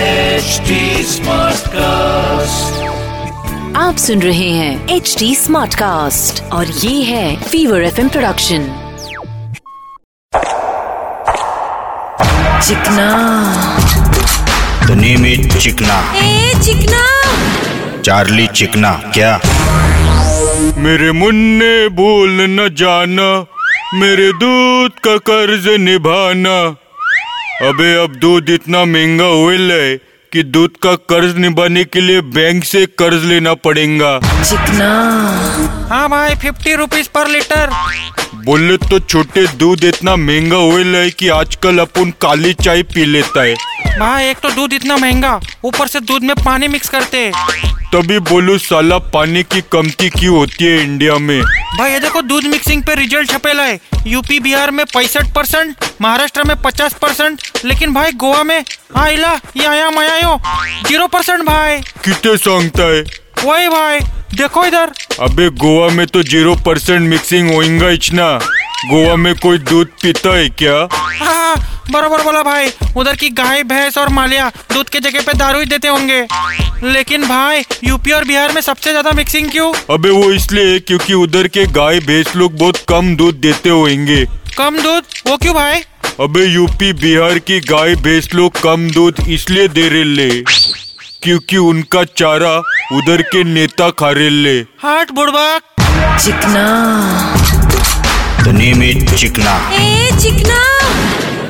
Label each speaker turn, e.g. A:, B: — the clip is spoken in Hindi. A: HD Smartcast.
B: आप सुन रहे हैं एच डी स्मार्ट कास्ट और ये है फीवर एफ प्रोडक्शन चिकना
C: धनी में चिकना
B: ए चिकना
C: चार्ली चिकना क्या मेरे मुन्ने भूल न जाना मेरे दूध का कर्ज निभाना अबे अब दूध इतना महंगा हुए है कि दूध का कर्ज निभाने के लिए बैंक से कर्ज लेना पड़ेगा
B: चिकना
D: हाँ भाई फिफ्टी रुपीज पर लीटर
C: बोले तो छोटे दूध इतना महंगा हुए है कि आजकल अपन काली चाय पी लेता है
D: भाई एक तो दूध इतना महंगा ऊपर से दूध में पानी मिक्स करते हैं।
C: तभी बोलू साला पानी की कमती क्यों होती है इंडिया में
D: भाई ये देखो दूध मिक्सिंग पे रिजल्ट छपेला है यूपी बिहार में पैंसठ परसेंट महाराष्ट्र में पचास परसेंट लेकिन भाई गोवा में आइला या मयायो जीरो परसेंट भाई
C: कितने सांगता है
D: वही भाई देखो इधर
C: अबे गोवा में तो जीरो परसेंट मिक्सिंग होएगा इचना गोवा में कोई दूध पीता है क्या
D: हाँ बराबर बोला भाई उधर की गाय भैंस और मालिया दूध के जगह पे दारू ही देते होंगे लेकिन भाई यूपी और बिहार में सबसे ज्यादा मिक्सिंग क्यों
C: अबे वो इसलिए है क्योंकि उधर के गाय भैंस लोग बहुत कम दूध देते होंगे
D: कम दूध वो क्यों भाई
C: अबे यूपी बिहार की गाय भैंस लोग कम दूध इसलिए दे रहे ले क्योंकि उनका चारा उधर के नेता खा रहे ले
D: हार्ट बुड़बक
B: चिकना
C: धनी में चिकना
B: ए चिकना